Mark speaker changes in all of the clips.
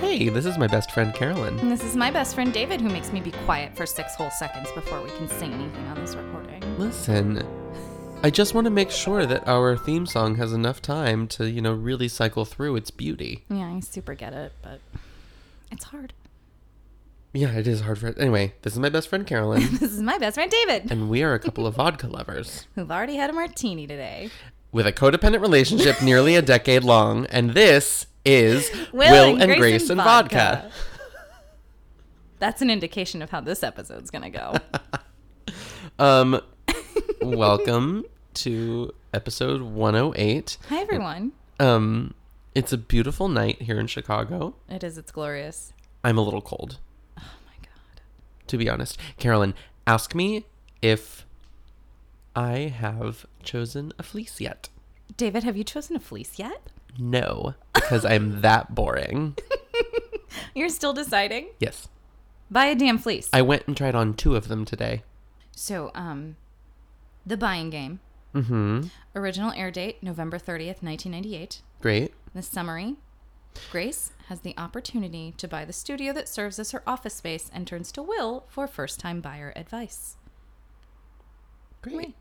Speaker 1: Hey, this is my best friend Carolyn.
Speaker 2: And this is my best friend David, who makes me be quiet for six whole seconds before we can sing anything on this recording.
Speaker 1: Listen, I just want to make sure that our theme song has enough time to, you know, really cycle through its beauty.
Speaker 2: Yeah, I super get it, but it's hard.
Speaker 1: Yeah, it is hard for Anyway, this is my best friend Carolyn,
Speaker 2: This is my best friend David,
Speaker 1: Mm-hmm. and we are a couple of vodka lovers
Speaker 2: who've already had a martini today.
Speaker 1: with a codependent relationship nearly a decade long, and this is Will, and, Grace, and vodka.
Speaker 2: That's an indication of how this episode's gonna go.
Speaker 1: Um, welcome to episode 108.
Speaker 2: Hi everyone.
Speaker 1: Um, it's a beautiful night here in Chicago.
Speaker 2: It is. It's glorious.
Speaker 1: I'm a little cold.
Speaker 2: Oh my god.
Speaker 1: to be honest. Carolyn, ask me if I have chosen a fleece yet.
Speaker 2: David, have you chosen a fleece yet?
Speaker 1: No, because I'm that boring.
Speaker 2: You're still deciding.
Speaker 1: Yes.
Speaker 2: Buy a damn fleece.
Speaker 1: I went and tried on two of them today.
Speaker 2: So, um, the buying game.
Speaker 1: Mm-hmm.
Speaker 2: Original air date November 30th, 1998.
Speaker 1: Great.
Speaker 2: The summary Grace has the opportunity to buy the studio that serves as her office space and turns to Will for first time buyer advice.
Speaker 1: Great.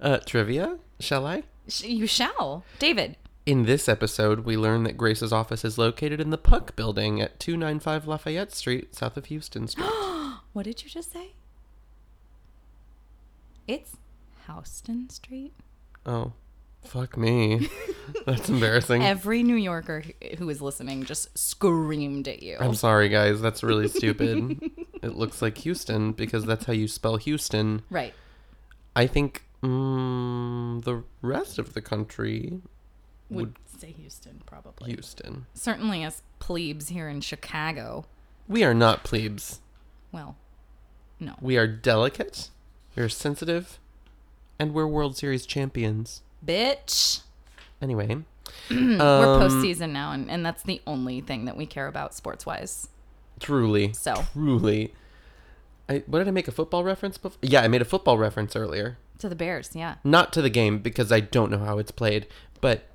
Speaker 1: Uh, trivia, shall I?
Speaker 2: Sh- you shall. David,
Speaker 1: In this episode, we learn that Grace's office is located in the Puck building at 295 Lafayette Street, south of Houston Street.
Speaker 2: what did you just say? It's Houston Street.
Speaker 1: oh, fuck me. That's embarrassing.
Speaker 2: Every New Yorker who- who is listening just screamed at you.
Speaker 1: I'm sorry, guys. That's really stupid. it looks like Houston because that's how you spell Houston.
Speaker 2: Right.
Speaker 1: I think mm, the rest of the country,
Speaker 2: Would say Houston, probably.
Speaker 1: Houston.
Speaker 2: Certainly, as plebes here in Chicago.
Speaker 1: We are not plebes.
Speaker 2: Well, no.
Speaker 1: We are delicate. We're sensitive, and we're World Series champions.
Speaker 2: Bitch.
Speaker 1: Anyway,
Speaker 2: We're
Speaker 1: um,
Speaker 2: postseason now, and, and that's the only thing that we care about sports wise.
Speaker 1: Truly,
Speaker 2: So.
Speaker 1: truly. I, what did I make a football reference before? Yeah, I made a football reference earlier.
Speaker 2: To the Bears, yeah.
Speaker 1: Not to the game because I don't know how it's played, but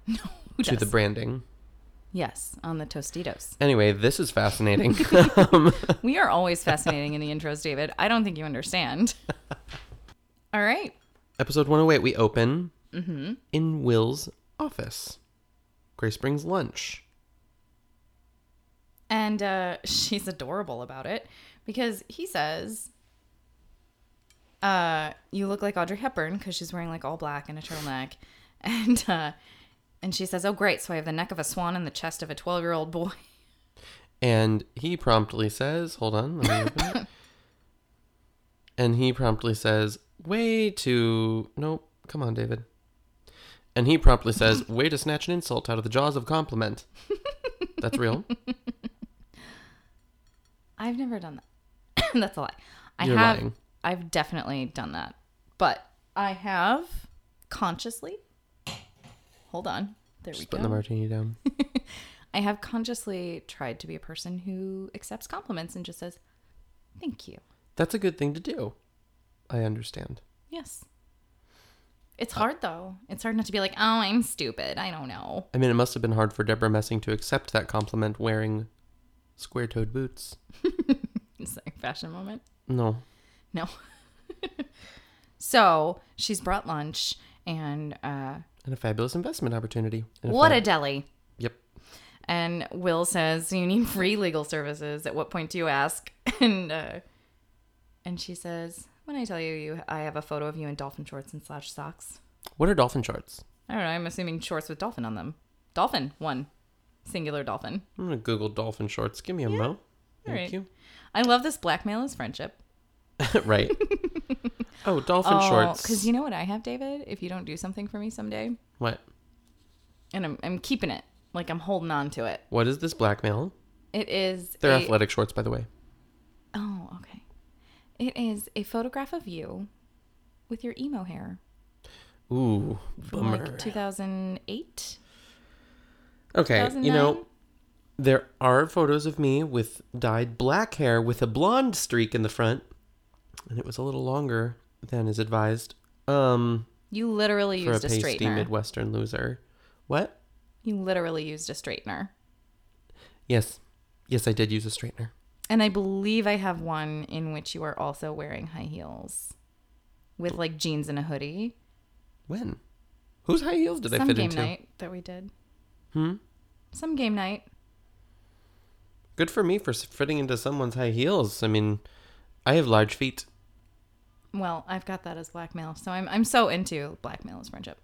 Speaker 2: Who
Speaker 1: to the
Speaker 2: does?
Speaker 1: branding.
Speaker 2: yes, on the Tostitos.
Speaker 1: Anyway, this is fascinating. Um,
Speaker 2: We are always fascinating in the intros, David. I don't think you understand. All right.
Speaker 1: Episode 108, we open
Speaker 2: Mm-hmm.
Speaker 1: in Will's office. Grace brings lunch.
Speaker 2: And uh, she's adorable about it because he says, uh, "You look like Audrey Hepburn because she's wearing like all black and a turtleneck," and uh, and she says, "Oh great, so I have the neck of a swan and the chest of a twelve-year-old boy."
Speaker 1: And he promptly says, Hold on, let me open it. And he promptly says, Way to. Nope, come on, David. And he promptly says, Way to snatch an insult out of the jaws of compliment. That's real.
Speaker 2: I've never done that. That's a lie. I
Speaker 1: You're
Speaker 2: have.
Speaker 1: lying.
Speaker 2: I've definitely done that, but I have consciously. Hold on. There we
Speaker 1: Putting the
Speaker 2: go.
Speaker 1: martini down.
Speaker 2: I have consciously tried to be a person who accepts compliments and just says, "Thank you."
Speaker 1: That's a good thing to do. I understand.
Speaker 2: Yes. It's hard though. It's hard not to be like, "Oh, I'm stupid. I don't know."
Speaker 1: I mean, it must have been hard for Deborah Messing to accept that compliment wearing square toed boots.
Speaker 2: It's like fashion moment.
Speaker 1: No.
Speaker 2: No. so she's brought lunch and uh,
Speaker 1: And a fabulous investment opportunity. And
Speaker 2: what a
Speaker 1: fab-
Speaker 2: deli.
Speaker 1: Yep.
Speaker 2: And Will says, "You need free legal services." At what point do you ask? And uh, and she says, "When I tell you, you, I have a photo of you in dolphin shorts and slash socks.
Speaker 1: What are dolphin charts?
Speaker 2: I don't know. I'm assuming shorts with dolphin on them. Dolphin one, singular dolphin.
Speaker 1: I'm going to Google dolphin shorts. Give me a mo. Thank
Speaker 2: right.
Speaker 1: you.
Speaker 2: I love this blackmail is friendship.
Speaker 1: right. Oh, dolphin shorts.
Speaker 2: Because you know what I have, David? If you don't do something for me someday,
Speaker 1: What?
Speaker 2: and I'm, I'm keeping it, like I'm holding on to it.
Speaker 1: What is this blackmail?
Speaker 2: It is
Speaker 1: They're
Speaker 2: a-
Speaker 1: athletic shorts, by the way.
Speaker 2: Oh, okay. It is a photograph of you with your emo hair.
Speaker 1: Ooh,
Speaker 2: from,
Speaker 1: bummer.
Speaker 2: Like 2008.
Speaker 1: okay, you
Speaker 2: 2009?
Speaker 1: know, there are photos of me with dyed black hair with a blonde streak in the front, and it was a little longer than is advised. Um,
Speaker 2: You literally
Speaker 1: for a
Speaker 2: used a,
Speaker 1: pasty
Speaker 2: straightener.
Speaker 1: Midwestern loser. What?
Speaker 2: you literally used a straightener.
Speaker 1: Yes. Yes, I did use a straightener.
Speaker 2: And I believe I have one in which you are also wearing high heels with like jeans and a hoodie.
Speaker 1: When? Whose high heels did I
Speaker 2: Some
Speaker 1: fit
Speaker 2: game
Speaker 1: into?
Speaker 2: night that we did.
Speaker 1: Hmm?
Speaker 2: Some game night.
Speaker 1: Good for me for s- fitting into someone's high heels. I mean, I have large feet.
Speaker 2: Well, I've got that as blackmail. So I'm I'm so into blackmail as friendship.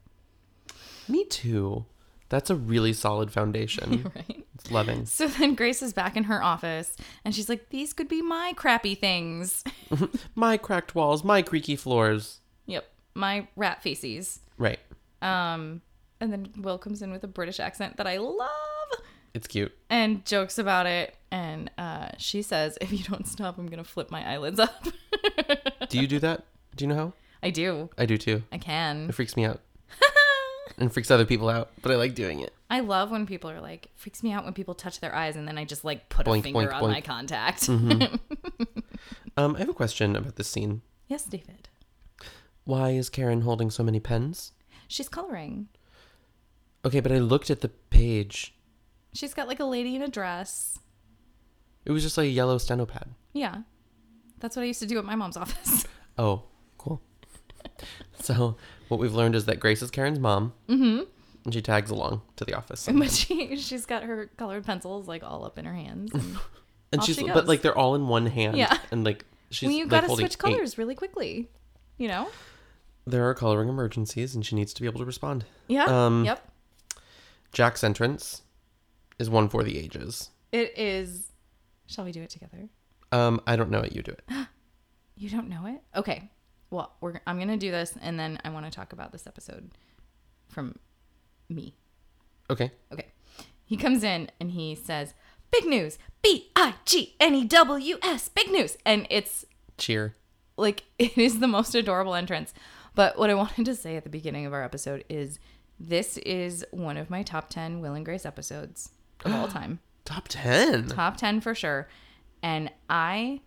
Speaker 1: Me too. That's a really solid foundation.
Speaker 2: Right.
Speaker 1: it's loving.
Speaker 2: So then Grace is back in her office and she's like, These could be my crappy things.
Speaker 1: My cracked walls, my creaky floors.
Speaker 2: yep. My rat feces.
Speaker 1: Right.
Speaker 2: Um and then Will comes in with a British accent that I love
Speaker 1: It's cute.
Speaker 2: and jokes about it. And uh, she says, If you don't stop, I'm gonna flip my eyelids up.
Speaker 1: Do you do that? Do you know how?
Speaker 2: I do.
Speaker 1: I do too.
Speaker 2: I
Speaker 1: It
Speaker 2: can.
Speaker 1: freaks me out and freaks other people out, but I like doing it.
Speaker 2: I love when people are like, freaks me out when people touch their eyes and then I just like put a
Speaker 1: Boink,
Speaker 2: finger
Speaker 1: boink,
Speaker 2: on
Speaker 1: boink. Mm-hmm.
Speaker 2: eye contact.
Speaker 1: Um, I have a question about this scene.
Speaker 2: yes, David.
Speaker 1: Why is Karen holding so many pens?
Speaker 2: She's coloring.
Speaker 1: Okay, but I looked at the page.
Speaker 2: She's got like a lady in a dress.
Speaker 1: It was just like a yellow steno pad.
Speaker 2: Yeah. That's what I used to do at my mom's office.
Speaker 1: Oh, cool. so what we've learned is that Grace is Karen's mom. Mm-hmm. And she tags along to the office.
Speaker 2: but she she's got her colored pencils like all up in her hands. And,
Speaker 1: And
Speaker 2: Off
Speaker 1: she's
Speaker 2: she goes.
Speaker 1: but like they're all in one hand.
Speaker 2: Yeah.
Speaker 1: And like she's
Speaker 2: well, you
Speaker 1: like,
Speaker 2: gotta
Speaker 1: holding
Speaker 2: switch
Speaker 1: eight.
Speaker 2: colors really quickly. You know?
Speaker 1: There are coloring emergencies and she needs to be able to respond.
Speaker 2: Yeah.
Speaker 1: Um,
Speaker 2: Ah, yep.
Speaker 1: Jack's entrance is one for the ages.
Speaker 2: It is shall we do it together?
Speaker 1: Um, I don't know it, you do it.
Speaker 2: You don't know it? Okay. Well, we're I'm gonna do this and then I wanna talk about this episode from me.
Speaker 1: Okay.
Speaker 2: Okay. He comes in and he says, Big news, B I G N E W S, big news. And it's
Speaker 1: Cheer.
Speaker 2: like it is the most adorable entrance. But what I wanted to say at the beginning of our episode is this is one of my top 10 Will and Grace episodes of all time.
Speaker 1: Top ten.
Speaker 2: top 10 for sure. And I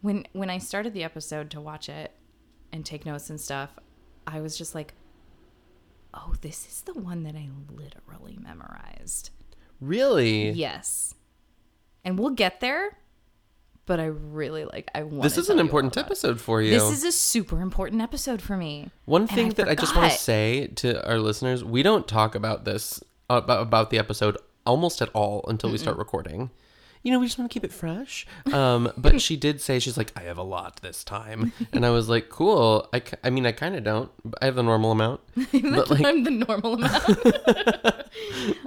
Speaker 2: when when I started the episode to watch it and take notes and stuff, I was just like, "Oh, this is the one that I literally memorized."
Speaker 1: Really?
Speaker 2: Yes. And we'll get there, but I really like I want
Speaker 1: This is an important episode for you.
Speaker 2: This is a super important episode for me.
Speaker 1: One
Speaker 2: And I
Speaker 1: thing that I just want to
Speaker 2: forgot.
Speaker 1: say to our listeners, we don't talk about this about, about the episode almost at all until we start recording. You know, we just want to keep it fresh. Um, but she did say she's like, I have a lot this time, and I was like, cool. I, ki- I mean, I kind of don't. I have the normal amount, but like,
Speaker 2: I'm the normal amount.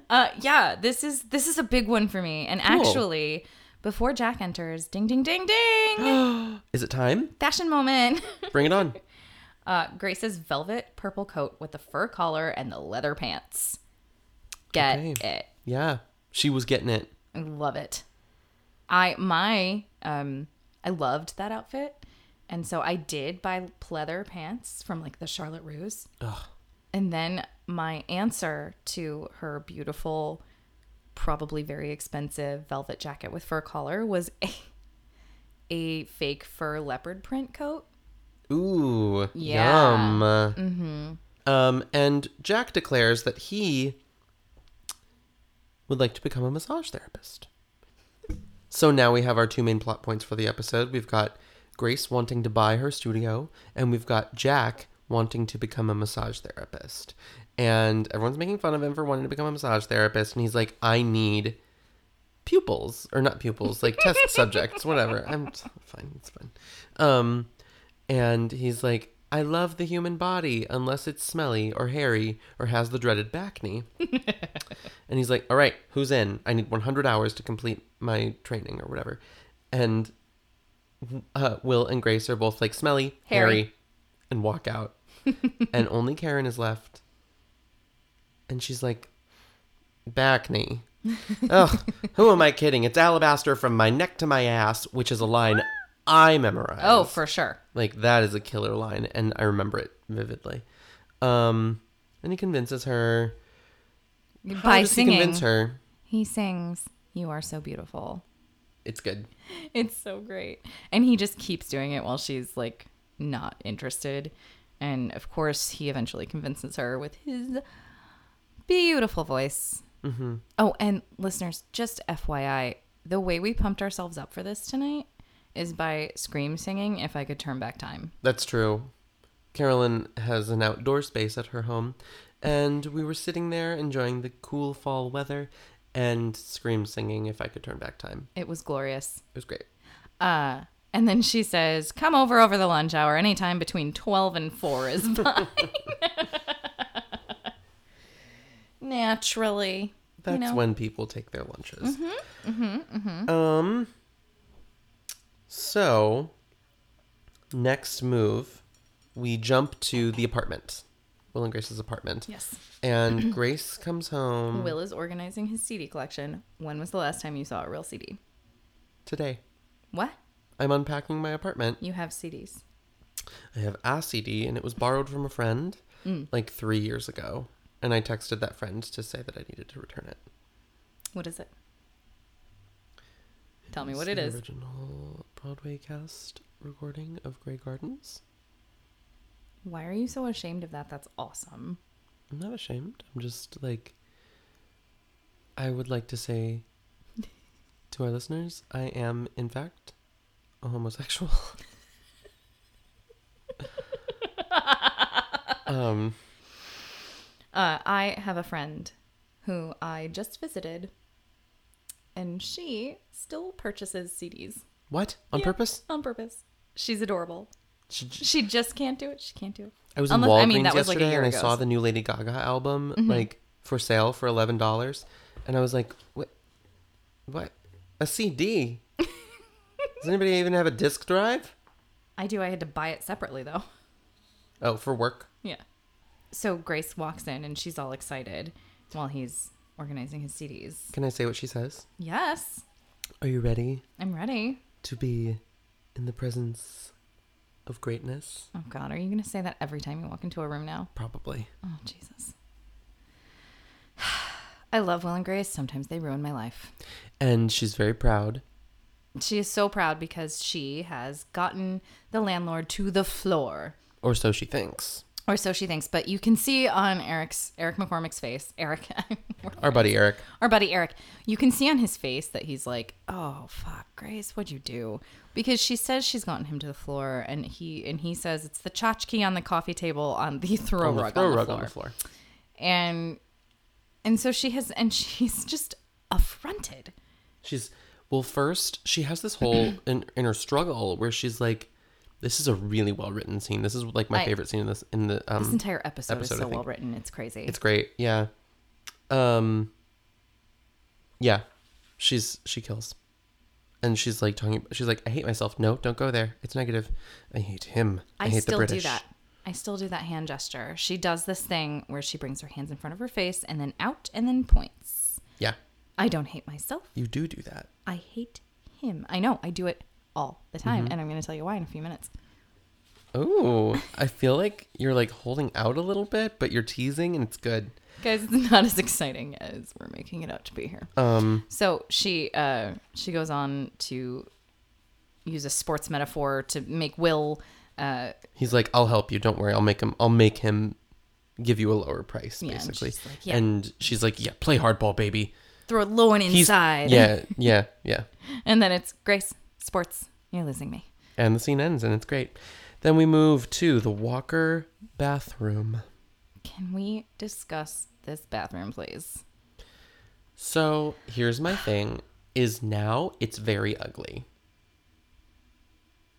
Speaker 2: uh, yeah, this is this is a big one for me. And actually, before Jack enters, ding ding ding ding,
Speaker 1: is it time?
Speaker 2: fashion moment.
Speaker 1: Bring it on.
Speaker 2: Uh, Grace's velvet purple coat with the fur collar and the leather pants. Get
Speaker 1: Okay.
Speaker 2: it.
Speaker 1: Yeah, she was getting it.
Speaker 2: I love it. I my um I loved that outfit. And so I did buy pleather pants from like the Charlotte Ruse. And then my answer to her beautiful, probably very expensive velvet jacket with fur collar was a a fake fur leopard print coat.
Speaker 1: Ooh,
Speaker 2: Yeah.
Speaker 1: yum. Mm-hmm. Um, and Jack declares that he would like to become a massage therapist. So now we have our two main plot points for the episode. We've got Grace wanting to buy her studio, and we've got Jack wanting to become a massage therapist. And everyone's making fun of him for wanting to become a massage therapist, and he's like, I need pupils or not pupils like test subjects whatever i'm t- fine it's fine um and he's like i love the human body unless it's smelly or hairy or has the dreaded back knee and he's like all right who's in i need 100 hours to complete my training or whatever and uh, will and grace are both like smelly
Speaker 2: Hairy.
Speaker 1: hairy and walk out and only karen is left and she's like back knee. Ugh, who am I kidding? It's alabaster from my neck to my ass, which is a line I memorized.
Speaker 2: Oh, for sure.
Speaker 1: like that is a killer line, and I remember it vividly. Um, and he convinces her How
Speaker 2: By
Speaker 1: does
Speaker 2: singing.
Speaker 1: He convince her.
Speaker 2: He sings, You are so beautiful.
Speaker 1: It's good.
Speaker 2: It's so great. And he just keeps doing it while she's like not interested. And of course, he eventually convinces her with his beautiful voice. Oh, and listeners, just FYI, the way we pumped ourselves up for this tonight is by scream singing if I could turn back time.
Speaker 1: That's true. Carolyn has an outdoor space at her home, and we were sitting there enjoying the cool fall weather and scream singing if I could turn back time.
Speaker 2: It was glorious.
Speaker 1: It was great.
Speaker 2: Uh, and then she says, "Come over over the lunch hour. Anytime between twelve and four is fine." Naturally,
Speaker 1: That's
Speaker 2: know.
Speaker 1: when people take their lunches. Mm-hmm, mm-hmm, Um. So, next move, we jump to the apartment, Will and Grace's apartment.
Speaker 2: yes.
Speaker 1: And Grace comes home
Speaker 2: Will is organizing his CD collection. When was the last time you saw a real CD?
Speaker 1: today.
Speaker 2: What?
Speaker 1: I'm unpacking my apartment.
Speaker 2: You have CDs.
Speaker 1: I have a CD, and it was borrowed from a friend
Speaker 2: Mm,
Speaker 1: like three years ago. And I texted that friend to say that I needed to return it.
Speaker 2: What is it? Tell me
Speaker 1: It's
Speaker 2: what it
Speaker 1: the
Speaker 2: is.
Speaker 1: Original Broadway cast recording of Grey Gardens.
Speaker 2: Why are you so ashamed of that? That's awesome.
Speaker 1: I'm not ashamed. I'm just like, I would like to say to our listeners, I am, in fact, a homosexual. um,
Speaker 2: Uh, I have a friend who I just visited, and she still purchases CDs
Speaker 1: what? On
Speaker 2: Yeah.
Speaker 1: purpose?
Speaker 2: on purpose. She's adorable.
Speaker 1: She j-
Speaker 2: She just can't do it. She can't do it.
Speaker 1: I was
Speaker 2: Unless-
Speaker 1: in Walgreens
Speaker 2: I mean, that was, like, a
Speaker 1: yesterday
Speaker 2: year
Speaker 1: and I
Speaker 2: ago, Mm-hmm.
Speaker 1: saw
Speaker 2: so-
Speaker 1: the new Lady Gaga album like for sale for eleven dollars, and I was like, "What? What? A CD? Does anybody even have a disc drive?
Speaker 2: I do. I had to buy it separately though.
Speaker 1: Oh, for work?
Speaker 2: Yeah. So Grace walks in and she's all excited while he's organizing his CDs.
Speaker 1: Can I say what she says?
Speaker 2: Yes,
Speaker 1: Are you ready
Speaker 2: I'm ready.
Speaker 1: to be in the presence of greatness?
Speaker 2: Oh God, are you gonna say that every time you walk into a room now?
Speaker 1: Probably.
Speaker 2: Oh Jesus. I love Will and Grace. Sometimes they ruin my life.
Speaker 1: And she's very proud.
Speaker 2: She is so proud because she has gotten the landlord to the floor.
Speaker 1: Or so she thinks.
Speaker 2: Or so she thinks, but you can see on Eric's Eric McCormick's face, Eric,
Speaker 1: Our buddy Eric.
Speaker 2: our buddy Eric, you can see on his face that he's like, "Oh fuck, Grace, what'd you do?" Because she says she's gotten him to the floor, and he and he says it's the tchotchke on the coffee table on the throw
Speaker 1: on the
Speaker 2: rug
Speaker 1: throw
Speaker 2: on the
Speaker 1: rug
Speaker 2: floor,
Speaker 1: on the floor.
Speaker 2: and and so she has, and she's just affronted.
Speaker 1: She's well. First, she has this whole in, inner struggle where she's like, "This is a really well written scene. This is like my
Speaker 2: I-
Speaker 1: favorite scene in this in the um.
Speaker 2: This entire episode,
Speaker 1: episode, I
Speaker 2: is so
Speaker 1: think.
Speaker 2: well written; it's crazy.
Speaker 1: it's great. Yeah, um, yeah, she's she kills, and she's like talking. She's like, "I hate myself. No, don't go there. It's negative. I hate him. I,
Speaker 2: I,
Speaker 1: hate
Speaker 2: still
Speaker 1: the British."
Speaker 2: do that. I still do that hand gesture. She does this thing where she brings her hands in front of her face and then out and then points.
Speaker 1: Yeah,
Speaker 2: I don't hate myself.
Speaker 1: you do do that.
Speaker 2: I hate him. I know. I do it all the time,
Speaker 1: Mm-hmm.
Speaker 2: and I'm going to tell you why in a few minutes.
Speaker 1: Oh, I feel like you're like holding out a little bit, but you're teasing, and it's good.
Speaker 2: Guys, it's not as exciting as we're making it out to be here.
Speaker 1: Um,
Speaker 2: So she uh, she goes on to use a sports metaphor to make Will. Uh,
Speaker 1: He's like, "I'll help you. Don't worry. I'll make him. I'll make him give you a lower price,
Speaker 2: Yeah, and
Speaker 1: basically."
Speaker 2: she's like, "Yeah."
Speaker 1: And she's like, "Yeah, play hardball, baby."
Speaker 2: throw it low and
Speaker 1: He's
Speaker 2: inside.
Speaker 1: yeah, yeah, yeah.
Speaker 2: And then it's Grace sports. You're losing me.
Speaker 1: And the scene ends, and it's great. Then we move to the Walker bathroom.
Speaker 2: Can we discuss this bathroom, please?
Speaker 1: So here's my thing: is now it's very ugly.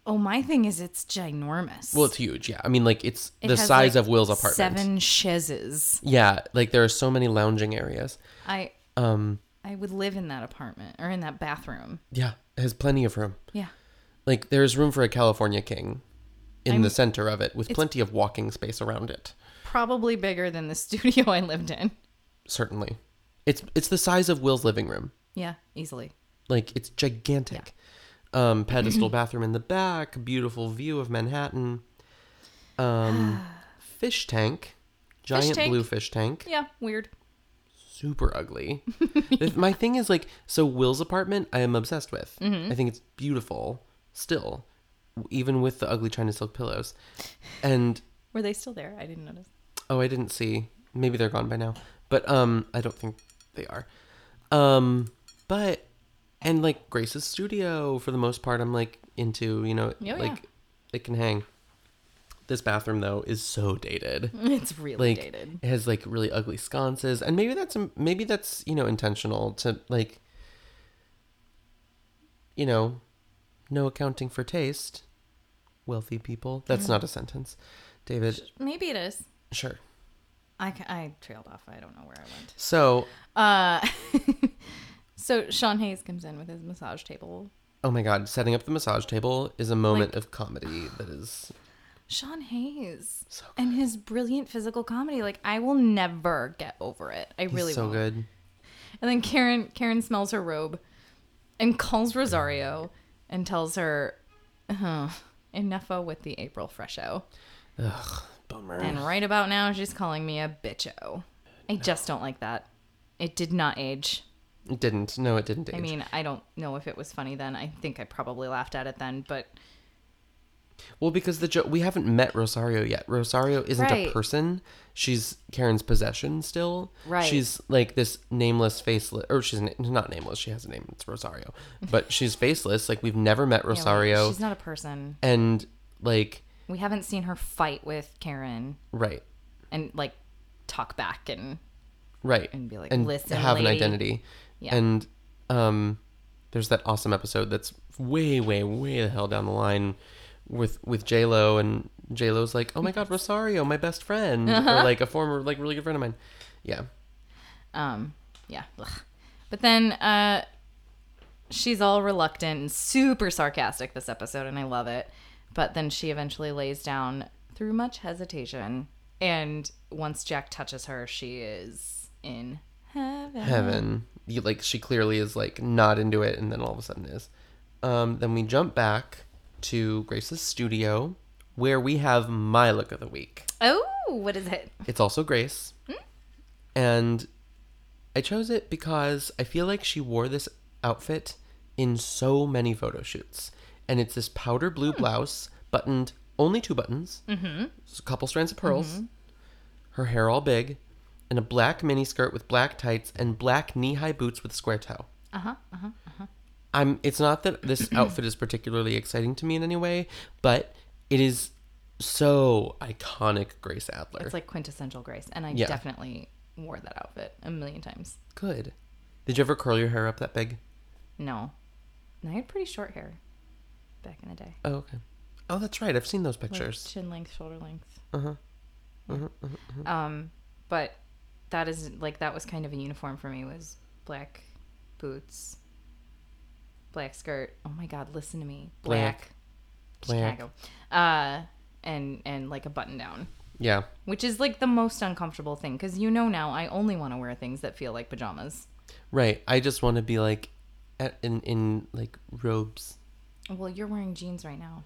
Speaker 2: Oh, my thing is it's ginormous.
Speaker 1: Well, it's huge. Yeah, I mean, like it's
Speaker 2: It
Speaker 1: the
Speaker 2: has,
Speaker 1: size
Speaker 2: like,
Speaker 1: of Will's apartment.
Speaker 2: Seven chaises.
Speaker 1: Yeah, like there are so many lounging areas.
Speaker 2: I
Speaker 1: Um,
Speaker 2: I would live in that apartment or in that bathroom.
Speaker 1: yeah, it has plenty of room.
Speaker 2: Yeah.
Speaker 1: Like there's room for a California king in
Speaker 2: I'm-
Speaker 1: the center of it with plenty of walking space around it.
Speaker 2: Probably bigger than the studio I lived in.
Speaker 1: Certainly. It's it's the size of Will's living room.
Speaker 2: Yeah, easily.
Speaker 1: Like it's gigantic. Um pedestal bathroom in the back, beautiful view of Manhattan. Um fish tank. Giant
Speaker 2: tank.
Speaker 1: blue fish tank.
Speaker 2: Yeah, weird.
Speaker 1: Super ugly. If- My thing is like so Will's apartment I am obsessed with. I think it's beautiful still even with the ugly china silk pillows. And
Speaker 2: Were they still there? I didn't notice.
Speaker 1: Oh, I didn't see. Maybe they're gone by now. But um I don't think they are. Um, but and like Grace's studio for the most part, I'm like into. You know,
Speaker 2: yeah.
Speaker 1: like it can hang. This bathroom though is so dated.
Speaker 2: It's really
Speaker 1: Like
Speaker 2: dated.
Speaker 1: it has like really ugly sconces, and maybe that's um, maybe that's you know intentional to like. You know, no accounting for taste. Wealthy people. That's not a sentence, David.
Speaker 2: Maybe it is.
Speaker 1: Sure.
Speaker 2: I, ca- I trailed off. I don't know where I went.
Speaker 1: So,
Speaker 2: Uh, so Sean Hayes comes in with his massage table.
Speaker 1: oh my god, setting up the massage table is a moment of comedy that is
Speaker 2: Sean Hayes
Speaker 1: So
Speaker 2: and his brilliant physical comedy. Like I will never get over it. I really
Speaker 1: so
Speaker 2: won't.
Speaker 1: good.
Speaker 2: And then Karen Karen smells her robe and calls Rosario and tells her "Huh, enough with the April fresho.
Speaker 1: Ugh, bummer.
Speaker 2: And right about now she's calling me a bitcho. I just don't like that. It did not age.
Speaker 1: It didn't. No, it didn't.
Speaker 2: I mean, I don't know if it was funny then. I think I probably laughed at it then, but
Speaker 1: well, because the jo- we haven't met Rosario yet. Rosario isn't
Speaker 2: Right.
Speaker 1: a person. She's Karen's possession still.
Speaker 2: Right.
Speaker 1: She's like this nameless, faceless, or she's na- not nameless. She has a name. It's Rosario, but she's faceless. Like we've never met
Speaker 2: you know,
Speaker 1: Rosario,
Speaker 2: she's not a person.
Speaker 1: and like
Speaker 2: We haven't seen her fight with Karen
Speaker 1: right,
Speaker 2: and like talk back and
Speaker 1: right,
Speaker 2: And be like, "Listen,
Speaker 1: have an
Speaker 2: lady."
Speaker 1: identity,
Speaker 2: Yeah.
Speaker 1: and um, there's that awesome episode that's way, way, way the hell down the line with with J Lo, and J Lo's like, "Oh my God, Rosario, my best friend,
Speaker 2: Uh-huh.
Speaker 1: or like a former, like really good friend of mine." Yeah,
Speaker 2: Um, yeah. Ugh. But then uh, she's all reluctant and super sarcastic this episode, and I love it. But then she eventually lays down through much hesitation. And once Jack touches her, she is in heaven.
Speaker 1: heaven.
Speaker 2: Mm-hmm.
Speaker 1: You, like she clearly is like not into it, and then all of a sudden is. Um, then we jump back to Grace's studio, where we have my look of the week.
Speaker 2: Oh, what is it?
Speaker 1: It's also Grace. And I chose it because I feel like she wore this outfit in so many photo shoots. And it's this powder blue blouse, buttoned only two buttons, mm-hmm. a couple strands of pearls, her hair all big, and a black mini skirt with black tights and black knee high boots with square toe.
Speaker 2: Uh huh. Uh huh.
Speaker 1: I'm it's not that this outfit is particularly exciting to me in any way, but it is so iconic Grace Adler.
Speaker 2: It's like quintessential Grace, and I
Speaker 1: Yeah.
Speaker 2: definitely wore that outfit a million times.
Speaker 1: Good. Did you ever curl your hair up that big?
Speaker 2: No, And I had pretty short hair back in the day.
Speaker 1: Oh, okay. Oh, that's right. I've seen those
Speaker 2: like
Speaker 1: pictures. Uh-huh,
Speaker 2: chin length, shoulder length.
Speaker 1: Uh huh.
Speaker 2: Um, but that is like that was kind of a uniform for me was black boots, black skirt. Oh my god, listen to me, black,
Speaker 1: Black.
Speaker 2: Chicago, uh, and and like a button down,
Speaker 1: Yeah.
Speaker 2: which is like the most uncomfortable thing because you know now I only want to wear things that feel like pajamas.
Speaker 1: Right. I just want to be like, at, in in like robes.
Speaker 2: Well, you're wearing jeans right now,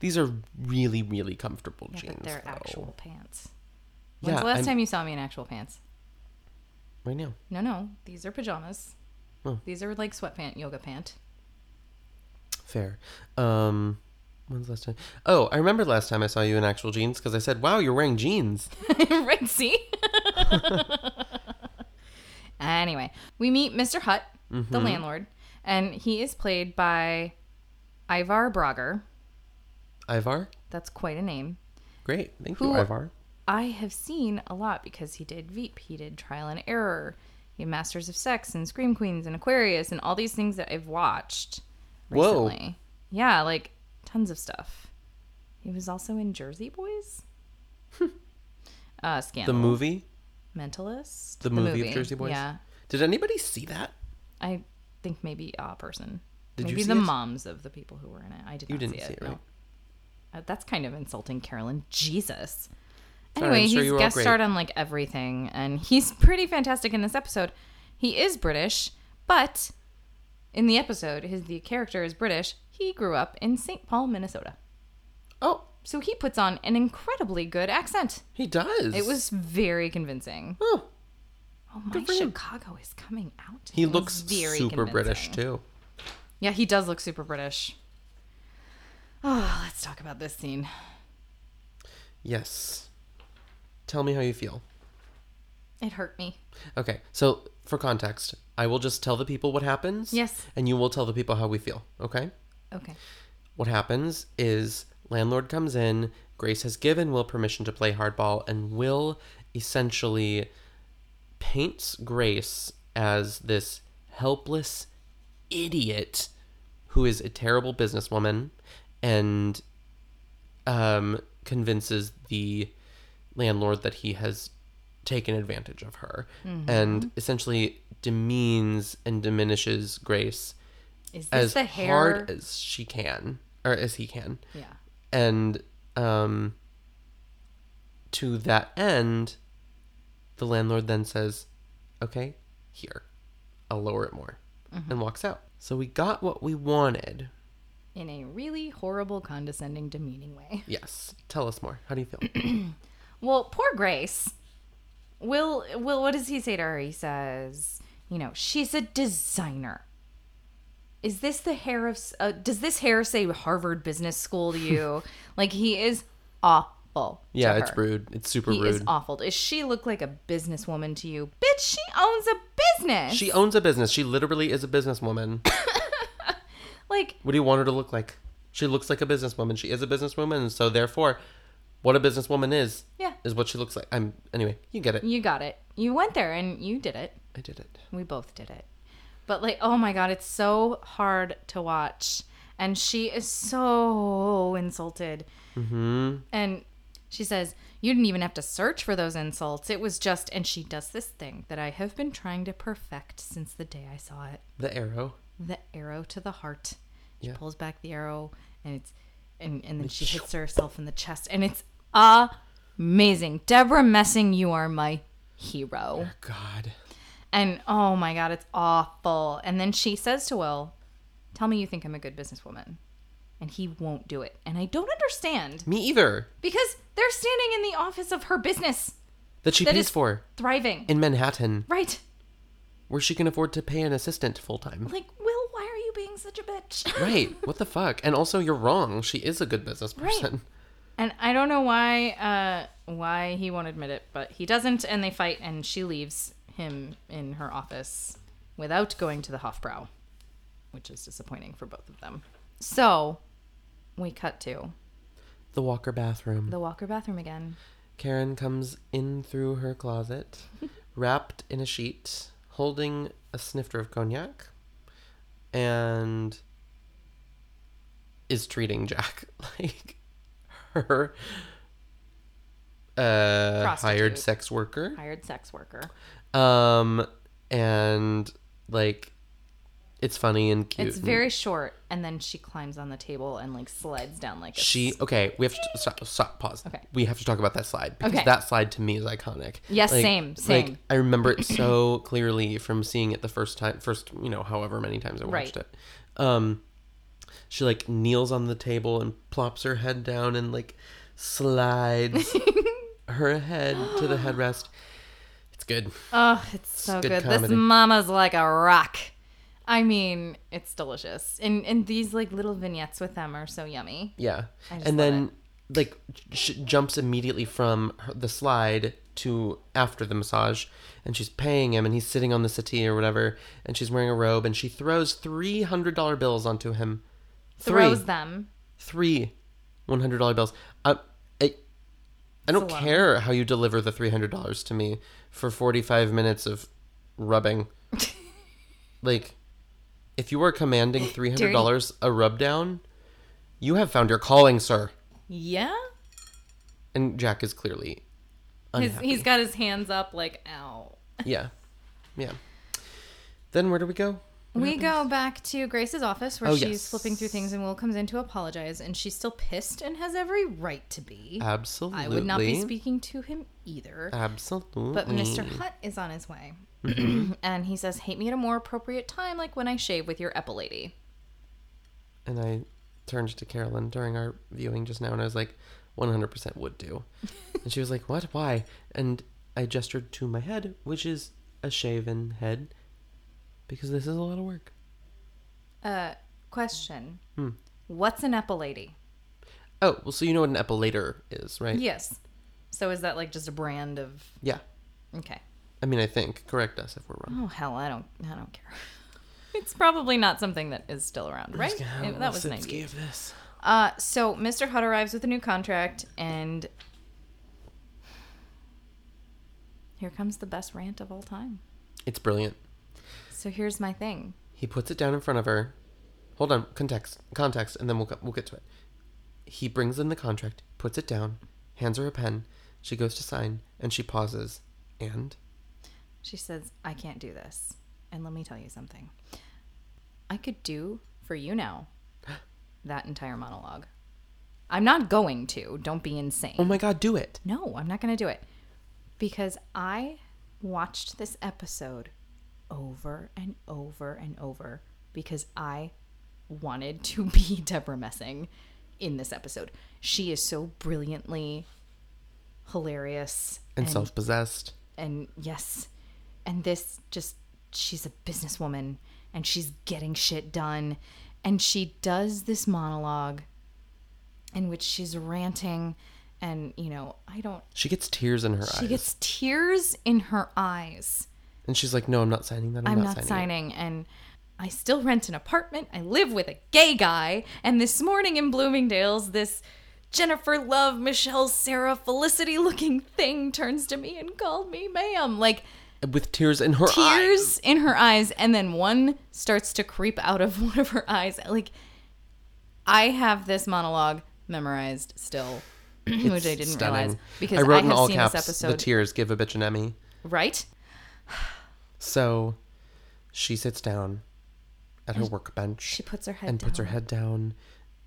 Speaker 1: These are really really comfortable
Speaker 2: yeah,
Speaker 1: jeans.
Speaker 2: but they're
Speaker 1: though.
Speaker 2: actual pants. When's
Speaker 1: Yeah,
Speaker 2: the last
Speaker 1: I'm-
Speaker 2: time you saw me in actual pants?
Speaker 1: Right now.
Speaker 2: No, no, these are pajamas.
Speaker 1: Oh.
Speaker 2: These are like sweatpant, yoga pant.
Speaker 1: Fair. Um. When's the last time? Oh, I remember last time I saw you in actual jeans because I said, "Wow, you're wearing jeans."
Speaker 2: right, see? anyway, we meet Mr. Hutt, the landlord, and he is played by Ivar Brager.
Speaker 1: Ivar.
Speaker 2: That's quite a name.
Speaker 1: Great. Thank
Speaker 2: Who-
Speaker 1: you, Ivar.
Speaker 2: I have seen a lot because he did Veep, he did Trial and Error, he had Masters of Sex and Scream Queens and Aquarius and all these things that I've watched
Speaker 1: Whoa.
Speaker 2: recently. Yeah, like tons of stuff. He was also in Jersey Boys. uh,
Speaker 1: The
Speaker 2: Scandal.
Speaker 1: movie.
Speaker 2: Mentalist.
Speaker 1: The movie of Jersey Boys?
Speaker 2: Yeah.
Speaker 1: Did anybody see that?
Speaker 2: I think maybe a person.
Speaker 1: Did you
Speaker 2: maybe
Speaker 1: see
Speaker 2: the
Speaker 1: it?
Speaker 2: moms of the people who were in it. I did
Speaker 1: You
Speaker 2: not
Speaker 1: didn't
Speaker 2: see it.
Speaker 1: see it,
Speaker 2: no.
Speaker 1: right?
Speaker 2: Uh, that's kind of insulting, Carolyn. Jesus.
Speaker 1: Sorry,
Speaker 2: Anyway,
Speaker 1: I'm sure
Speaker 2: he's
Speaker 1: you were all
Speaker 2: guest
Speaker 1: great.
Speaker 2: starred on like everything, and he's pretty fantastic in this episode. He is British, but in the episode, his the character is British. He grew up in St. Paul, Minnesota,
Speaker 1: Oh,
Speaker 2: so he puts on an incredibly good accent.
Speaker 1: he does.
Speaker 2: It was very convincing.
Speaker 1: Oh,
Speaker 2: Oh my,
Speaker 1: for him.
Speaker 2: Chicago is coming out.
Speaker 1: he
Speaker 2: It was
Speaker 1: looks super British
Speaker 2: convincing.
Speaker 1: too.
Speaker 2: Yeah, he does look super British. Oh, let's talk about this scene.
Speaker 1: Yes. Tell me how you feel.
Speaker 2: It hurt me.
Speaker 1: Okay, so for context, I will just tell the people what happens.
Speaker 2: Yes.
Speaker 1: And you will tell the people how we feel, okay?
Speaker 2: Okay.
Speaker 1: What happens is landlord comes in, Grace has given Will permission to play hardball, and Will essentially paints Grace as this helpless idiot who is a terrible businesswoman and um, convinces the landlord that he has taken advantage of her and essentially demeans and diminishes Grace
Speaker 2: Is this
Speaker 1: as
Speaker 2: the hair?
Speaker 1: hard as she can or as he can
Speaker 2: yeah.
Speaker 1: and um to that end the landlord then says okay here i'll lower it more
Speaker 2: Mm-hmm.
Speaker 1: and walks out so we got what we wanted
Speaker 2: In a really horrible, condescending, demeaning way.
Speaker 1: yes tell us more how do you feel
Speaker 2: Well, poor Grace. Will Will what does he say to her? He says, you know, she's a designer. Is this the hair of s- uh, does this hair say Harvard Business School to you? like he is awful. to
Speaker 1: yeah it's
Speaker 2: her.
Speaker 1: rude it's super
Speaker 2: He is
Speaker 1: rude
Speaker 2: awful. Does she look like a businesswoman to you? Bitch, she owns a business.
Speaker 1: she owns a business she literally is a businesswoman
Speaker 2: like
Speaker 1: what do you want her to look like she looks like a businesswoman she is a businesswoman and so therefore what a businesswoman is
Speaker 2: Yeah.
Speaker 1: is what she looks like i'm anyway you get it
Speaker 2: you got it. You went there and you did it.
Speaker 1: i did it
Speaker 2: We both did it. But like, oh my god, it's so hard to watch. And she is so insulted. Mm-hmm. And she says, You didn't even have to search for those insults. It was just, and she does this thing that I have been trying to perfect since the day I saw it
Speaker 1: the arrow
Speaker 2: the arrow to the heart. She
Speaker 1: Yeah.
Speaker 2: pulls back the arrow and it's and and then she hits herself in the chest and it's amazing. Deborah Messing, you are my hero.
Speaker 1: god
Speaker 2: And oh my god, it's awful. And then she says to Will, "Tell me you think I'm a good businesswoman." And he won't do it. And I don't understand
Speaker 1: Me either.
Speaker 2: because they're standing in the office of her business,
Speaker 1: That she
Speaker 2: That
Speaker 1: pays
Speaker 2: is-
Speaker 1: for
Speaker 2: thriving.
Speaker 1: in Manhattan,
Speaker 2: right.
Speaker 1: where she can afford to pay an assistant full time.
Speaker 2: Like, "Will, why are you being such a bitch?"
Speaker 1: Right. What the fuck? And also, you're wrong. She is a good business person.
Speaker 2: And I don't know why uh, why he won't admit it, but he doesn't, and they fight, and she leaves him in her office without going to the Hofbrau, which is disappointing for both of them. So we cut to
Speaker 1: The Walker bathroom.
Speaker 2: the Walker bathroom again.
Speaker 1: Karen comes in through her closet, wrapped in a sheet, holding a snifter of cognac, and is treating Jack like her uh, hired
Speaker 2: Prostitute.
Speaker 1: sex worker.
Speaker 2: Hired sex worker.
Speaker 1: Um, and like, it's funny and cute.
Speaker 2: It's
Speaker 1: and
Speaker 2: very short, and then she climbs on the table and like slides down like a
Speaker 1: She okay. We have to stop. Stop. Pause.
Speaker 2: Okay.
Speaker 1: We have to talk about that slide because
Speaker 2: Okay.
Speaker 1: that slide to me is iconic.
Speaker 2: Yes, same,
Speaker 1: Like
Speaker 2: same.
Speaker 1: I remember it so clearly from seeing it the first time. First, you know, however many times I watched
Speaker 2: Right.
Speaker 1: it. Um, she like kneels on the table and plops her head down and like slides her head to the headrest. It's good.
Speaker 2: Oh, it's so
Speaker 1: good
Speaker 2: good. This
Speaker 1: comedy.
Speaker 2: mama's like a rock. I mean, it's delicious. And and these like little vignettes with them are so yummy.
Speaker 1: Yeah.
Speaker 2: just
Speaker 1: And
Speaker 2: love
Speaker 1: then like sh- jumps immediately from her, the slide to after the massage and she's paying him and he's sitting on the settee or whatever and she's wearing a robe and she throws $300 bills onto him.
Speaker 2: Throws
Speaker 1: Three.
Speaker 2: them.
Speaker 1: Three $100 bills. I, I, I don't
Speaker 2: a lot.
Speaker 1: care how you deliver the $300 to me for 45 minutes of rubbing. like if you are commanding $300 a rub down, you have found your calling, sir.
Speaker 2: Yeah.
Speaker 1: And Jack is clearly
Speaker 2: His,
Speaker 1: unhappy.
Speaker 2: he's got his hands up like ow.
Speaker 1: yeah, yeah. Then where do we go?
Speaker 2: We go back to Grace's office where
Speaker 1: Oh,
Speaker 2: she's
Speaker 1: yes.
Speaker 2: flipping through things and Will comes in to apologize and she's still pissed and has every right to be.
Speaker 1: Absolutely.
Speaker 2: I would not be speaking to him either.
Speaker 1: Absolutely.
Speaker 2: But Mr. Hutt is on his way. and he says, Hate me at a more appropriate time, like when I shave with your Epple lady.
Speaker 1: And I turned to Carolyn during our viewing just now, and I was like, "100% would do." and she was like, "What? Why?" And I gestured to my head, which is a shaven head, because this is a lot of work.
Speaker 2: Uh, question. What's an epilady?
Speaker 1: Oh, well, so you know what an epilator is, right?
Speaker 2: Yes. So is that like just a brand of
Speaker 1: Yeah.
Speaker 2: okay?
Speaker 1: I mean, I think. Correct us if we're wrong.
Speaker 2: Oh hell, I don't I don't care. it's probably not something that is still around, right? It- that was
Speaker 1: Lisinski
Speaker 2: 90.
Speaker 1: of this.
Speaker 2: Uh so Mr. Hutt arrives with a new contract and here comes the best rant of all time.
Speaker 1: It's brilliant.
Speaker 2: So here's my thing.
Speaker 1: He puts it down in front of her. Hold on, context, context, and then we'll go- we'll get to it. He brings in the contract, puts it down, hands her a pen. She goes to sign, and she pauses. And
Speaker 2: She says, I can't do this. And let me tell you something. I could do for you now that entire monologue. I'm not going to. Don't be insane.
Speaker 1: oh my god, do it!
Speaker 2: No, I'm not going to do it. Because I watched this episode over and over and over because I wanted to be Deborah Messing in this episode. She is so brilliantly hilarious
Speaker 1: and self-possessed.
Speaker 2: and yes and this just she's a businesswoman and she's getting shit done and she does this monologue in which she's ranting and you know i don't
Speaker 1: She gets tears in her
Speaker 2: she
Speaker 1: eyes,
Speaker 2: gets tears in her eyes
Speaker 1: and she's like, "No, I'm not signing that. I'm,
Speaker 2: i'm not,
Speaker 1: signing." it."
Speaker 2: signing and i still rent an apartment i live with a gay guy and this morning in bloomingdale's this jennifer love michelle sarah felicity looking thing turns to me and called me ma'am like
Speaker 1: With tears in her eyes.
Speaker 2: tears in her eyes and then one starts to creep out of one of her eyes like i have this monologue memorized still which i didn't
Speaker 1: Stunning.
Speaker 2: realize because
Speaker 1: I wrote in
Speaker 2: have
Speaker 1: all
Speaker 2: seen
Speaker 1: caps.
Speaker 2: this
Speaker 1: The
Speaker 2: episode
Speaker 1: tears give a bitch an Emmy.
Speaker 2: right
Speaker 1: So, she sits down at her workbench.
Speaker 2: she puts her head
Speaker 1: and
Speaker 2: down
Speaker 1: puts her head down,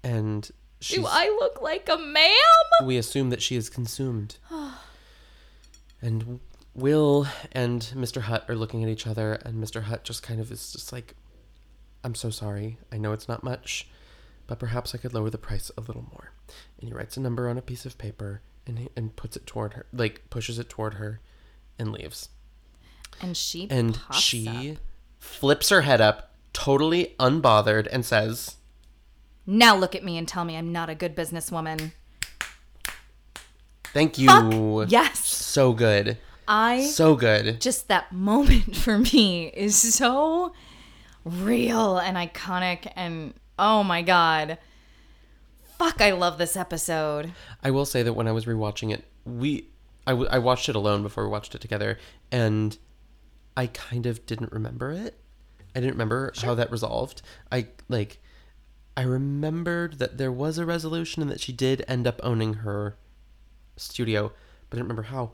Speaker 1: and she's,
Speaker 2: do i look like a ma'am
Speaker 1: we assume that she is consumed. and Will and Mr. Hutt are looking at each other, and Mr. Hutt just kind of is just like, "I'm so sorry. I know it's not much, but perhaps I could lower the price a little more." And he writes a number on a piece of paper and he, and puts it toward her, like pushes it toward her, and leaves.
Speaker 2: and she
Speaker 1: And
Speaker 2: pops
Speaker 1: she
Speaker 2: up.
Speaker 1: flips her head up, totally unbothered, and says.
Speaker 2: now look at me and tell me i'm not a good businesswoman
Speaker 1: Thank you.
Speaker 2: yes
Speaker 1: So good.
Speaker 2: i
Speaker 1: So good.
Speaker 2: just that moment for me is so real and iconic and oh my god fuck i love this episode
Speaker 1: I will say that when I was rewatching it, we I, w- I watched it alone before we watched it together, and I kind of didn't remember it. I didn't remember how that resolved. I like I remembered that there was a resolution and that she did end up owning her studio, but I didn't remember how.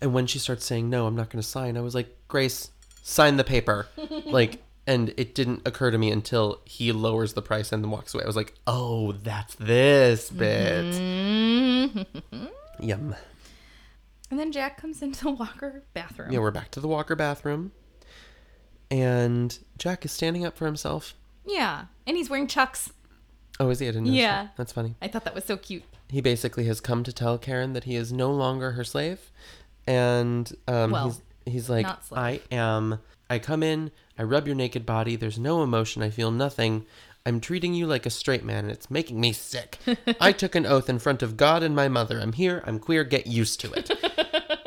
Speaker 1: And when she starts saying no, I'm not going to sign, I was like, "Grace, sign the paper." like and it didn't occur to me until he lowers the price and then walks away. I was like, "Oh, that's this bit." Yum.
Speaker 2: Mm-hmm. and then jack comes into the walker bathroom
Speaker 1: Yeah, we're back to the Walker bathroom. And Jack is standing up for himself.
Speaker 2: Yeah. and he's wearing chucks
Speaker 1: Oh, is he? I didn't notice
Speaker 2: Yeah.
Speaker 1: that. That's funny.
Speaker 2: i thought that was so cute
Speaker 1: He basically has come to tell Karen that he is no longer her slave. And um,
Speaker 2: Well,
Speaker 1: he's, he's like,
Speaker 2: not slave.
Speaker 1: I am. I come in, I rub your naked body. There's no emotion. I feel nothing. I'm treating you like a straight man, and it's making me sick. I took an oath in front of God and my mother. I'm here. I'm queer. Get used to it.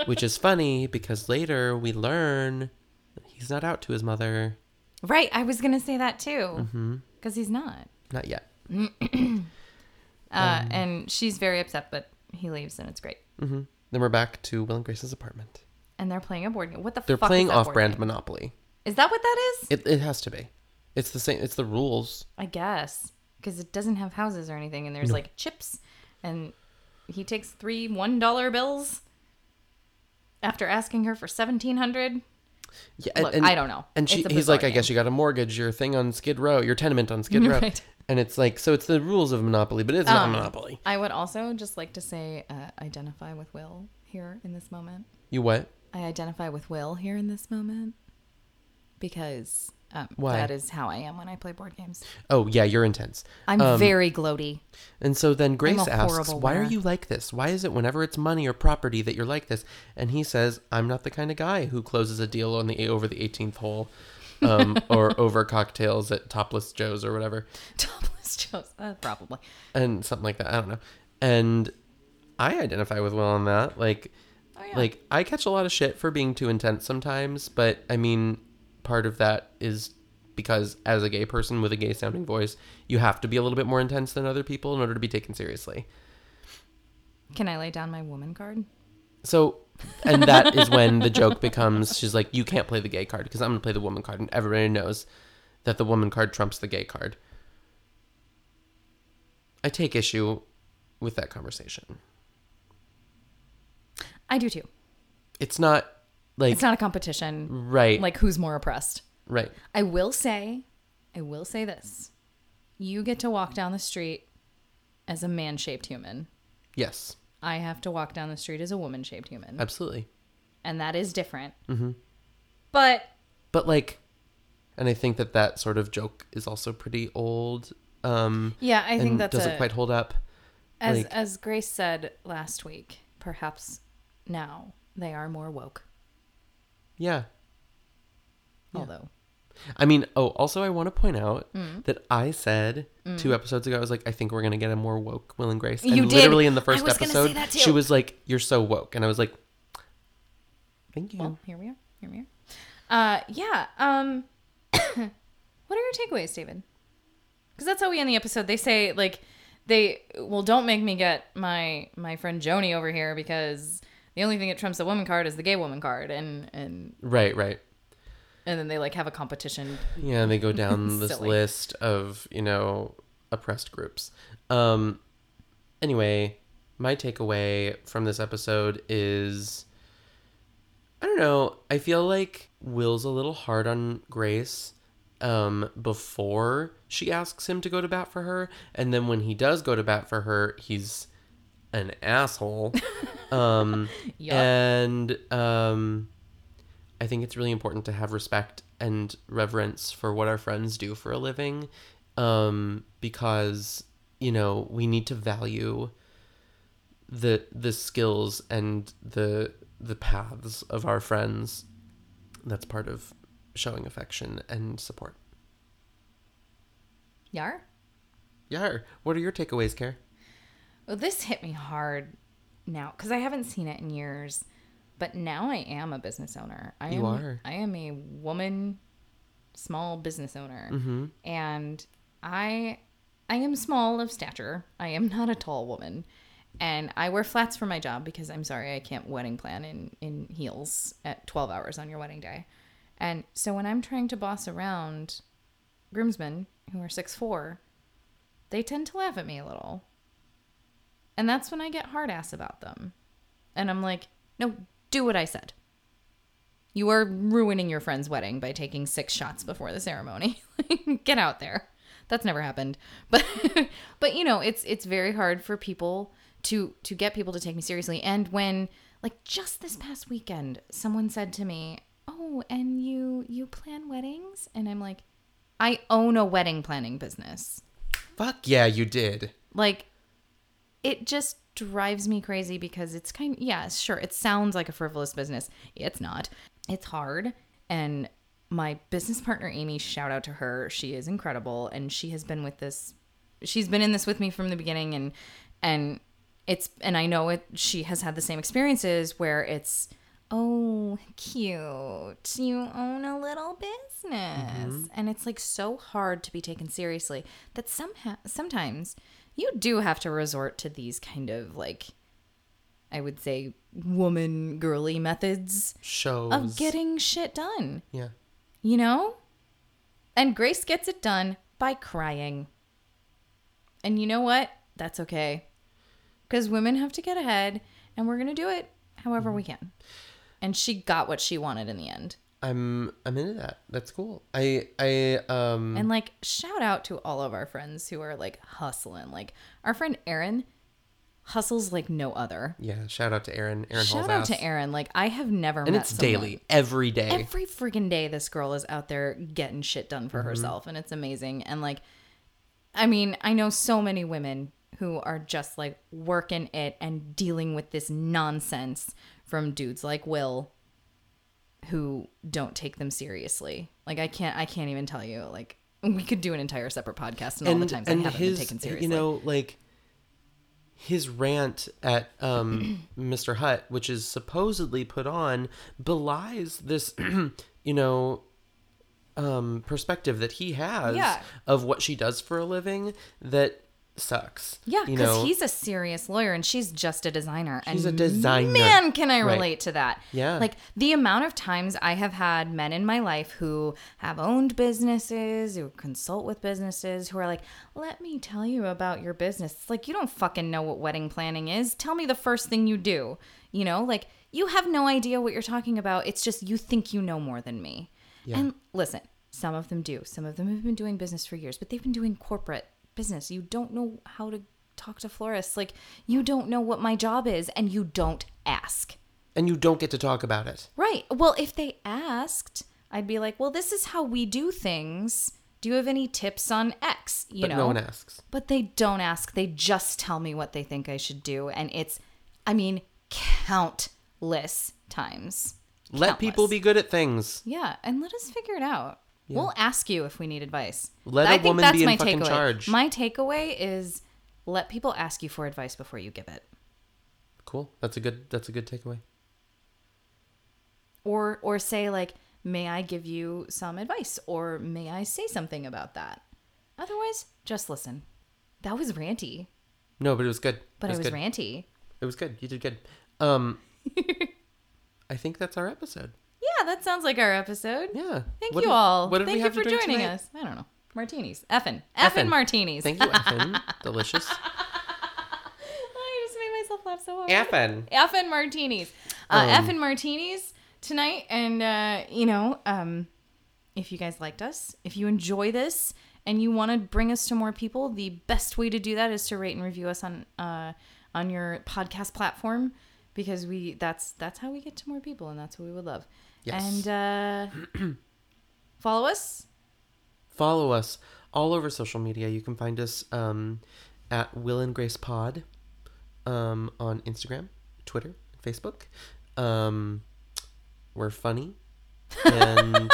Speaker 1: Which is funny because later we learn that he's not out to his mother.
Speaker 2: right i was gonna say that too
Speaker 1: Mm-hmm.
Speaker 2: because he's not
Speaker 1: Not yet. Um,
Speaker 2: uh, and she's very upset but he leaves and it's great
Speaker 1: hmm Then we're back to Will and Grace's apartment.
Speaker 2: and they're playing a board game what the
Speaker 1: They're
Speaker 2: fuck
Speaker 1: playing
Speaker 2: is that board
Speaker 1: off-brand
Speaker 2: game?
Speaker 1: Monopoly.
Speaker 2: is that what that is
Speaker 1: It, it has to be. It's the same. It's the rules.
Speaker 2: I guess because it doesn't have houses or anything, and there's like chips, and he takes three one dollar bills after asking her for seventeen hundred.
Speaker 1: Yeah,
Speaker 2: Look, I don't know.
Speaker 1: And
Speaker 2: It's
Speaker 1: she,
Speaker 2: a
Speaker 1: he's
Speaker 2: bizarre
Speaker 1: like, I guess you got a mortgage, your thing on Skid Row, your tenement on Skid Row,
Speaker 2: Right. Oh.
Speaker 1: and it's like, so it's the rules of Monopoly, but it's not Monopoly.
Speaker 2: I would also just like to say, uh, identify with Will here in this moment.
Speaker 1: You what?
Speaker 2: I identify with Will here in this moment because um,
Speaker 1: Why?
Speaker 2: that is how I am when I play board games.
Speaker 1: Oh yeah, you're intense.
Speaker 2: I'm very gloaty.
Speaker 1: And so then Grace
Speaker 2: a
Speaker 1: asks,
Speaker 2: horrible
Speaker 1: Why are
Speaker 2: winner.
Speaker 1: you like this? Why is it whenever it's money or property that you're like this? And he says, I'm not the kind of guy who closes a deal on the over the 18th hole um, or over cocktails at Topless Joe's or whatever,
Speaker 2: Topless jokes, uh, probably.
Speaker 1: and something like that. I don't know. And I identify with Will on that. Like,
Speaker 2: Oh yeah.
Speaker 1: Like, I catch a lot of shit for being too intense sometimes, but I mean, part of that is because as a gay person with a gay sounding voice, you have to be a little bit more intense than other people in order to be taken seriously.
Speaker 2: Can I lay down my woman card?
Speaker 1: So, and that is when the joke becomes she's like, you can't play the gay card because I'm going to play the woman card. And everybody knows that the woman card trumps the gay card. I take issue with that conversation.
Speaker 2: I do too.
Speaker 1: It's not like,
Speaker 2: It's not a competition.
Speaker 1: right,
Speaker 2: Like who's more oppressed?
Speaker 1: right.
Speaker 2: I will say, I will say this. You get to walk down the street as a man shaped human.
Speaker 1: Yes,
Speaker 2: I have to walk down the street as a woman shaped human.
Speaker 1: absolutely.
Speaker 2: and that is different. Mm-hmm. But
Speaker 1: But like, and I think that that sort of joke is also pretty old. Um,
Speaker 2: yeah, I think
Speaker 1: and
Speaker 2: that's
Speaker 1: doesn't
Speaker 2: a,
Speaker 1: quite hold up.
Speaker 2: as
Speaker 1: like-
Speaker 2: as Grace said last week. Perhaps now they are more woke.
Speaker 1: Yeah.
Speaker 2: Although
Speaker 1: I mean, oh, also I want to point out
Speaker 2: Mm-hmm.
Speaker 1: that I said two episodes ago, I was like, I think we're gonna get a more woke Will and Grace. And
Speaker 2: You did.
Speaker 1: literally in the
Speaker 2: I
Speaker 1: first
Speaker 2: was gonna say
Speaker 1: episode,
Speaker 2: that too.
Speaker 1: she was like, You're so woke. And I was like, Thank you.
Speaker 2: Well, here we are. Here we are. Uh, yeah. Um, what are your takeaways, David? Because that's how we end the episode. They say like they well, don't make me get my my friend Joni over here because the only thing that trumps the woman card is the gay woman card, and and
Speaker 1: right, right.
Speaker 2: and then they like have a competition.
Speaker 1: Yeah, they go down this
Speaker 2: Silly.
Speaker 1: list of, you know, oppressed groups. Um anyway, my takeaway from this episode is I don't know, I feel like Will's a little hard on Grace um before she asks him to go to bat for her, and then when he does go to bat for her, he's an asshole. um
Speaker 2: Yeah.
Speaker 1: and um, I think it's really important to have respect and reverence for what our friends do for a living um, because, you know, we need to value the the skills and the the paths of our friends. That's part of showing affection and support.
Speaker 2: Yar.
Speaker 1: Yeah. What are your takeaways, Care?
Speaker 2: Well, this hit me hard now because I haven't seen it in years, but now I am a business owner. I
Speaker 1: You
Speaker 2: am,
Speaker 1: are.
Speaker 2: I am a woman, small business owner,
Speaker 1: Mm-hmm.
Speaker 2: and I, I am small of stature. I am not a tall woman, and I wear flats for my job because I'm sorry I can't wedding plan in in heels at 12 hours on your wedding day, and so when I'm trying to boss around groomsmen who are six four, they tend to laugh at me a little. And that's when I get hard ass about them. And I'm like, no, do what I said. You are ruining your friend's wedding by taking six shots before the ceremony. get out there. That's never happened. But but you know, it's it's very hard for people to to get people to take me seriously. And when like just this past weekend, someone said to me, "Oh, and you you plan weddings?" And I'm like, "I own a wedding planning business."
Speaker 1: Fuck yeah, you did.
Speaker 2: like it just drives me crazy because it's kind yeah sure it sounds like a frivolous business it's not it's hard and my business partner amy shout out to her she is incredible and she has been with this she's been in this with me from the beginning and and it's and i know it she has had the same experiences where it's oh cute you own a little business and it's like so hard to be taken seriously that somehow sometimes you do have to resort to these kind of like i would say woman girly methods
Speaker 1: Shows.
Speaker 2: of getting shit done
Speaker 1: yeah.
Speaker 2: you know? And Grace gets it done by crying. And you know what? That's okay. Because women have to get ahead, and we're going to do it however we can. And she got what she wanted in the end.
Speaker 1: I'm I'm into that. That's cool. I I um
Speaker 2: And like, shout out to all of our friends who are like hustling. Like, our friend Erin hustles like no other.
Speaker 1: Yeah, shout out to Aaron. Aaron
Speaker 2: Shout
Speaker 1: Hall's
Speaker 2: out
Speaker 1: ass.
Speaker 2: to Erin. Like, I have never
Speaker 1: And
Speaker 2: met
Speaker 1: it's
Speaker 2: someone-
Speaker 1: daily, every day.
Speaker 2: every freaking day this girl is out there getting shit done
Speaker 1: Mm-hmm.
Speaker 2: for herself and it's amazing and like i mean i know so many women who are just like working it and dealing with this nonsense from dudes like will who don't take them seriously like i can't i can't even tell you like we could do an entire separate podcast and, all the times i haven't been taken seriously
Speaker 1: you know, like his rant at um, Mr. Hutt, which is supposedly put on, belies this, you know, um, perspective that he has
Speaker 2: Yeah.
Speaker 1: of what she does for a living that sucks.
Speaker 2: Yeah,
Speaker 1: you
Speaker 2: because
Speaker 1: know,
Speaker 2: he's a serious lawyer and she's just a designer.
Speaker 1: She's
Speaker 2: and
Speaker 1: a designer.
Speaker 2: Man, can I
Speaker 1: Right.
Speaker 2: relate to that?
Speaker 1: Yeah.
Speaker 2: Like the amount of times I have had men in my life who have owned businesses, who consult with businesses, who are like, let me tell you about your business. It's like, you don't fucking know what wedding planning is. Tell me the first thing you do. You know, like you have no idea what you're talking about. It's just you think you know more than me. And listen, some of them do. Some of them have been doing business for years, but they've been doing corporate business. You don't know how to talk to florists. Like, you don't know what my job is, and you don't ask.
Speaker 1: and you don't get to talk about it.
Speaker 2: Right. Well, if they asked, I'd be like, "Well, this is how we do things. Do you have any tips on X?" You
Speaker 1: But
Speaker 2: know.
Speaker 1: no one asks.
Speaker 2: But they don't ask. They just tell me what they think I should do, and it's, I mean, countless times.
Speaker 1: Let people
Speaker 2: Countless.
Speaker 1: be good at things.
Speaker 2: Yeah, and let us figure it out. We'll ask you if we need advice.
Speaker 1: Let
Speaker 2: I
Speaker 1: a
Speaker 2: think
Speaker 1: woman
Speaker 2: that's
Speaker 1: be in
Speaker 2: my
Speaker 1: fucking
Speaker 2: takeaway.
Speaker 1: charge.
Speaker 2: My takeaway is let people ask you for advice before you give it.
Speaker 1: Cool. That's a good. That's a good takeaway.
Speaker 2: or or say like may i give you some advice or may i say something about that otherwise just listen that was ranty
Speaker 1: No, but it was good.
Speaker 2: but
Speaker 1: it
Speaker 2: i
Speaker 1: was
Speaker 2: was
Speaker 1: good.
Speaker 2: ranty
Speaker 1: It was good. You did good. Um, I think that's our episode.
Speaker 2: yeah that sounds like our episode
Speaker 1: Yeah.
Speaker 2: thank
Speaker 1: What
Speaker 2: you
Speaker 1: did-
Speaker 2: all
Speaker 1: what did
Speaker 2: thank
Speaker 1: we
Speaker 2: you
Speaker 1: have
Speaker 2: for
Speaker 1: to drink
Speaker 2: joining
Speaker 1: tonight?
Speaker 2: us i don't know martinis effin effin
Speaker 1: Effin.
Speaker 2: martinis
Speaker 1: Thank you, Effin. Delicious.
Speaker 2: i just made myself laugh so hard
Speaker 1: Effin.
Speaker 2: effin martinis uh, effin martinis tonight and uh, you know um, if you guys liked us if you enjoy this and you want to bring us to more people the best way to do that is to rate and review us on uh, on your podcast platform because we that's that's how we get to more people and that's what we would love
Speaker 1: Yes.
Speaker 2: and uh, follow us
Speaker 1: Follow us all over social media. You can find us um, at Will and Grace Pod um, on Instagram, Twitter, Facebook. Um, we're funny, and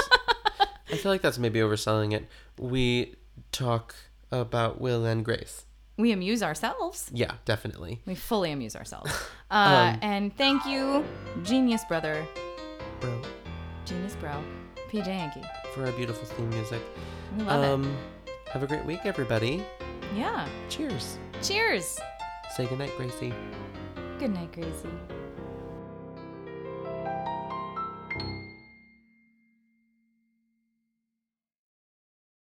Speaker 1: I feel like that's maybe overselling it. We talk about Will and Grace.
Speaker 2: we amuse ourselves
Speaker 1: Yeah, definitely.
Speaker 2: we fully amuse ourselves uh, and thank you genius brother
Speaker 1: Bro,
Speaker 2: genius bro pj yankee
Speaker 1: for our beautiful theme music.
Speaker 2: we love it
Speaker 1: um, have a great week, everybody.
Speaker 2: Yeah.
Speaker 1: Cheers.
Speaker 2: Cheers.
Speaker 1: Say goodnight, Gracie.
Speaker 2: Good night, Gracie.